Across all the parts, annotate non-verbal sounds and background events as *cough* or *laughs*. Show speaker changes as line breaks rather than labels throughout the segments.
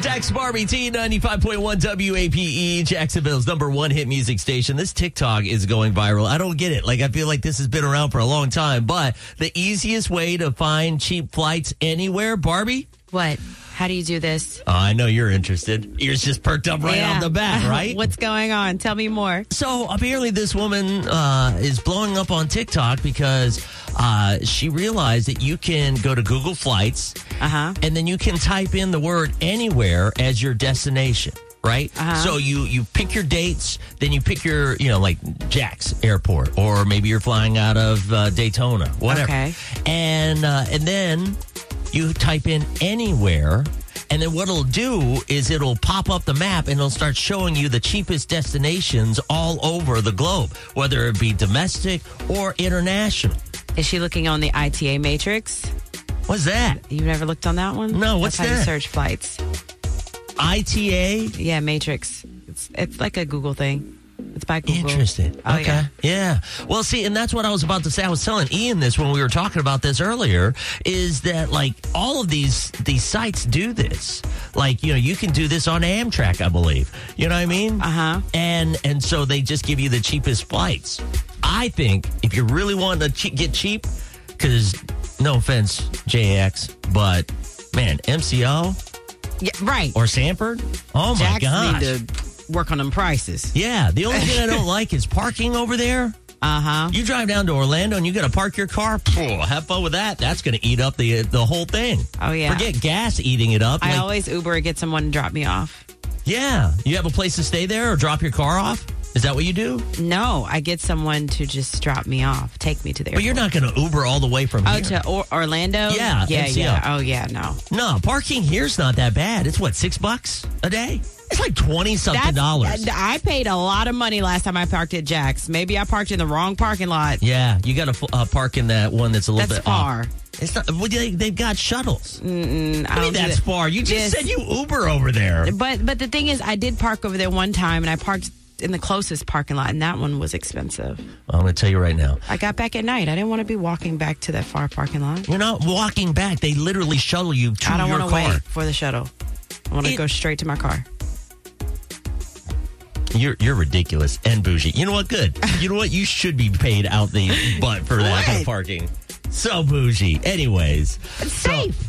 Dax Barbie T 95.1 WAPE, E, Jacksonville's number one hit music station. This TikTok is going viral. I don't get it. Like, I feel like this has been around for a long time, but the easiest way to find cheap flights anywhere, Barbie?
What? How do you do this?
Oh, I know you're interested. Ears just perked up right
Yeah.
off the bat, right?
*laughs* What's going on? Tell me more.
So apparently, this woman uh, is blowing up on TikTok because uh, she realized that you can go to Google Flights,
Uh-huh.
and then you can type in the word anywhere as your destination. Right,
Uh-huh.
so you you pick your dates, then you pick your you know like Jack's Airport, or maybe you're flying out of uh, Daytona, whatever,
Okay.
and uh, and then you type in anywhere. And then what it'll do is it'll pop up the map and it'll start showing you the cheapest destinations all over the globe, whether it be domestic or international.
Is she looking on the ITA matrix?
What's that?
You've never looked on that one?
No, what's
That's how you
that?
search flights.
ITA?
Yeah, matrix. It's, it's like a Google thing. It's by Google.
Interesting.
Oh,
okay. yeah.
yeah.
Well, see, and that's what I was about to say. I was telling Ian this when we were talking about this earlier is that like all of these these sites do this. Like, you know, you can do this on Amtrak, I believe. You know what I mean?
Uh-huh.
And and so they just give you the cheapest flights. I think if you really want to che- get cheap cuz no offense, JX, but man, MCO
Yeah, right.
or Sanford? Oh my
Jack's
gosh.
need to work on them prices.
yeah, the only thing I
*laughs*
don't like is parking over there.
Uh huh.
You drive down to Orlando and you got to park your car. phew, have fun with that. That's going to eat up the the whole thing.
Oh, yeah.
Forget gas eating it up.
I
Like,
always Uber and get someone to drop me off.
yeah. You have a place to stay there or drop your car off? Is that what you do?
No, I get someone to just drop me off, take me to the
But
airport.
you're not going to Uber all the way from
Oh,
here.
to or- Orlando?
Yeah,
Yeah,
NCO.
yeah. Oh, yeah, no.
no, parking here's not that bad. It's what six bucks a day. It's like twenty something dollars.
uh, I paid a lot of money last time I parked at Jack's. Maybe I parked in the wrong parking lot.
yeah, you got to uh, park in that one that's a little
That's
bit off.
far.
It's not. well, They, they've got shuttles.
I
I
don't
mean,
do
that's
that.
far. You just
Yes.
said you Uber over there.
But but the thing is, I did park over there one time, and I parked in the closest parking lot, and that one was expensive.
I'm going to tell you right now.
I got back at night. I didn't want to be walking back to that far parking lot.
You're not walking back. They literally shuttle you to
I don't
your
want
car.
to wait for the shuttle. I want
It-
to go straight to my car.
You're you're ridiculous and bougie. You know what? Good. You know what? You should be paid out the butt for that kind of
What?
parking. So bougie. Anyways,
It's
so-
safe.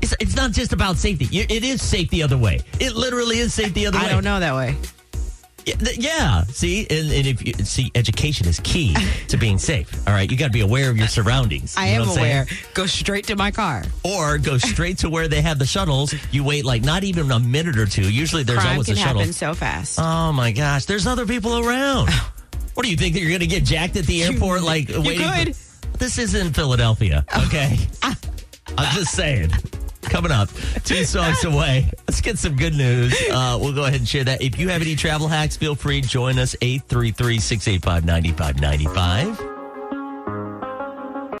It's, it's not just about safety. You- It is safe the other way. It literally is safe the other way.
I don't know that way.
Yeah, th- Yeah. See, and, and if you see, education is key to being safe. All right, you got to be aware of your surroundings.
*laughs* I
You know
am
what I'm saying?
aware. Go straight to my car.
Or go straight to where they have the shuttles. You wait like not even a minute or two. Usually there's
Crime
always
can
a shuttle.
happen Oh. so fast.
Oh my gosh, there's other people around. what do you think that you're going to get jacked at the airport? like waiting. for-
could. Oh.
this isn't Philadelphia, okay? I'm just saying. Coming up, two songs away. Let's get some good news. Uh, we'll go ahead and share that. If you have any travel hacks, feel free. Join us 833 685 9595.